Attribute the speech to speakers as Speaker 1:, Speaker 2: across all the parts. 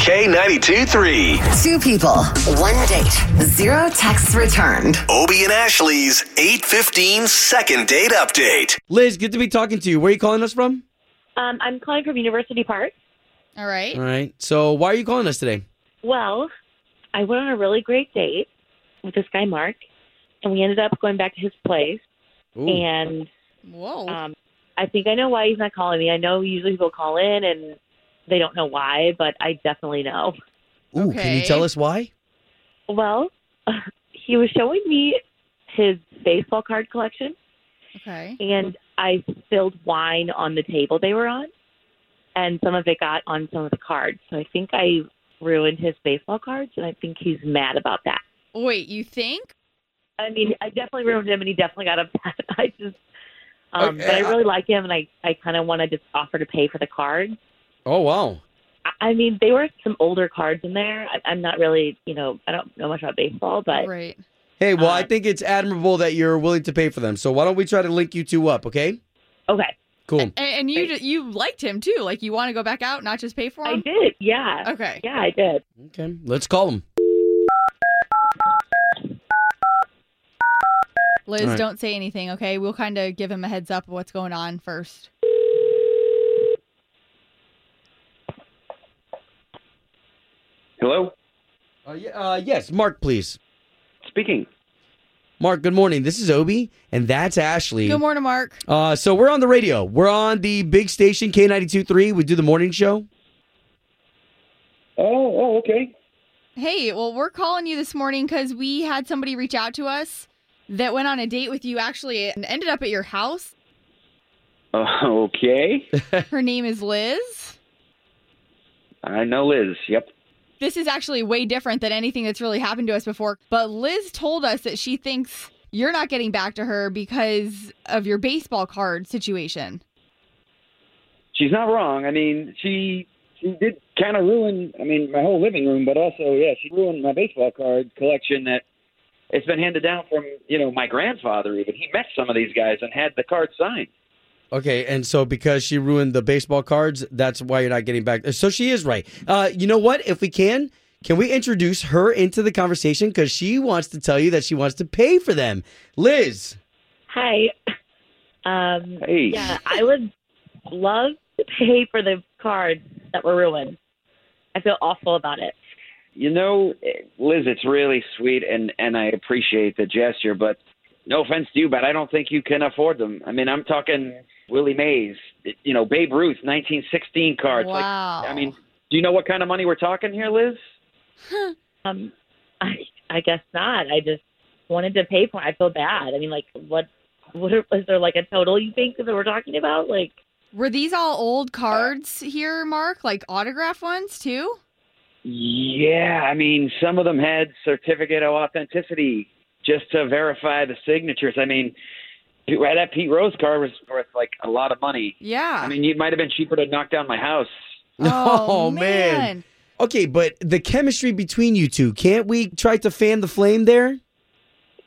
Speaker 1: K92 3.
Speaker 2: Two people, one date, zero texts returned.
Speaker 1: Obie and Ashley's 815 second date update.
Speaker 3: Liz, good to be talking to you. Where are you calling us from?
Speaker 4: Um, I'm calling from University Park.
Speaker 5: All right.
Speaker 3: All
Speaker 4: Uh,
Speaker 3: right. So, why are you calling us today?
Speaker 4: Well, I went on a really great date with this guy, Mark, and we ended up going back to his place.
Speaker 3: Ooh.
Speaker 4: And
Speaker 5: Whoa.
Speaker 4: um, I think I know why he's not calling me. I know usually people call in and they don't know why, but I definitely know.
Speaker 3: Ooh, can you
Speaker 5: okay.
Speaker 3: tell us why?
Speaker 4: Well, he was showing me his baseball card collection,
Speaker 5: okay.
Speaker 4: and I spilled wine on the table they were on, and some of it got on some of the cards. So I think I ruined his baseball cards, and I think he's mad about that.
Speaker 5: Wait, you think?
Speaker 4: I mean, I definitely ruined him, and he definitely got upset. I just, um,
Speaker 3: Okay,
Speaker 4: but I
Speaker 3: I-
Speaker 4: really like him, and I, I kind of want to just offer to pay for the cards.
Speaker 3: Oh, wow.
Speaker 4: I- I mean, they were some older cards in there. I, I'm not really, you know, I don't know much about baseball, but
Speaker 5: right.
Speaker 3: Hey, well,
Speaker 5: Uh,
Speaker 3: I
Speaker 4: Um,
Speaker 3: think it's admirable that you're willing to pay for them. So, why don't we try to link you two up, okay?
Speaker 4: okay,
Speaker 3: Cool.
Speaker 5: And, and you ju- you liked him too. Like you want to go back out, not just pay for
Speaker 4: I
Speaker 5: him.
Speaker 4: did, yeah,
Speaker 5: Okay.
Speaker 4: yeah, I did.
Speaker 3: Okay. Let's call them.
Speaker 5: Liz,
Speaker 3: All right.
Speaker 5: don't say anything. Okay. We'll kind of give him a heads up of what's going on first.
Speaker 6: Hello?
Speaker 3: Uh, ye- uh, yes, Mark, please.
Speaker 6: Speaking.
Speaker 3: Mark, good morning. This is Obi, and that's Ashley.
Speaker 5: Good morning, Mark.
Speaker 3: Uh, so we're on the radio. We're on the big station K92.3. We do the morning show.
Speaker 6: Oh, oh, okay.
Speaker 5: Hey, well, we're calling you this morning because we had somebody reach out to us that went on a date with you actually and ended up at your house.
Speaker 6: Uh, okay.
Speaker 5: Her name is Liz.
Speaker 6: I know Liz. Yep.
Speaker 5: This is actually way different than anything that's really happened to us before. But Liz told us that she thinks you're not getting back to her because of your baseball card situation.
Speaker 6: She's not wrong. I mean, she she did kind of ruin, I mean, my whole living room, but also, yeah, she ruined my baseball card collection that it's been handed down from, you know, my grandfather even. He met some of these guys and had the card signed.
Speaker 3: Okay, and so because she ruined the baseball cards, that's why you're not getting back. So she is right. Uh, you know what? If we can, can we introduce her into the conversation because she wants to tell you that she wants to pay for them. Liz,
Speaker 4: Hi, um,
Speaker 6: Hey.
Speaker 4: yeah, I would love to pay for the cards that were ruined. I feel awful about it.
Speaker 6: You know, Liz, it's really sweet, and and I appreciate the gesture, but no offense to you, but I don't think you can afford them. I mean, I'm talking Willie Mays, you know, Babe Ruth, 1916 cards. Like,
Speaker 5: Wow.
Speaker 6: I mean, do you know what kind of money we're talking here, Liz?
Speaker 4: Um, I, I guess not. I just wanted to pay for. it. I feel bad. I mean, like, what? What are, is there like a total you think that we're talking about? Like,
Speaker 5: Were these all
Speaker 6: Uh,
Speaker 5: old cards here, Mark? Like autograph ones too?
Speaker 6: Yeah, I mean, some of them had certificate of authenticity just to verify the signatures. I mean, right that Pete Rose card was worth like a lot of money.
Speaker 5: Yeah.
Speaker 6: I mean, it might have been cheaper to knock down my house.
Speaker 5: oh,
Speaker 3: Oh, man.
Speaker 5: man.
Speaker 3: okay, but the chemistry between you two, can't we try to fan the flame there?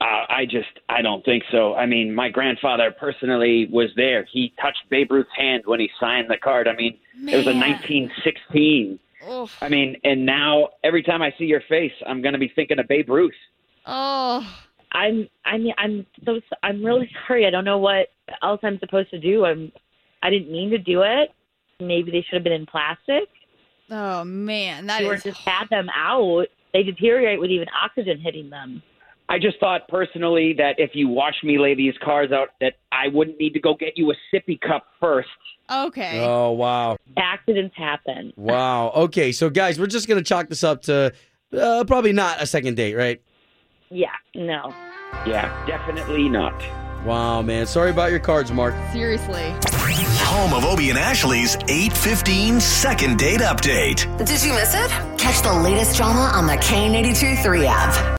Speaker 6: Uh, I just, I don't think so. I mean, my grandfather personally was there. He touched Babe Ruth's hand when he signed the card. I mean, it was a
Speaker 5: Man.
Speaker 6: 1916.
Speaker 5: Oh,
Speaker 6: I mean, and now every time I see your face, I'm going to be thinking of Babe Ruth.
Speaker 5: oh,
Speaker 4: I'm. I mean, I'm so. s- I'm really sorry. I don't know what else I'm supposed to do. I'm. I didn't mean to do it. Maybe they should have been in plastic.
Speaker 5: oh man, that
Speaker 4: or
Speaker 5: is
Speaker 4: just had them out. They deteriorate with even oxygen hitting them.
Speaker 6: I just thought personally that if you watched me lay these cards out, that I wouldn't need to go get you a sippy cup first.
Speaker 5: okay.
Speaker 3: Oh, wow.
Speaker 5: Mm-hmm.
Speaker 4: Accidents happen.
Speaker 3: Wow. Okay, so guys, we're just going to chalk this up to uh, probably not a second date, right?
Speaker 4: Yeah. No.
Speaker 6: Yeah, definitely not.
Speaker 3: Wow, man. Sorry about your cards, Mark.
Speaker 5: Seriously.
Speaker 1: Home of Obie and Ashley's 815 second date update.
Speaker 2: Did you miss it? Catch the latest drama on the K82 3 app.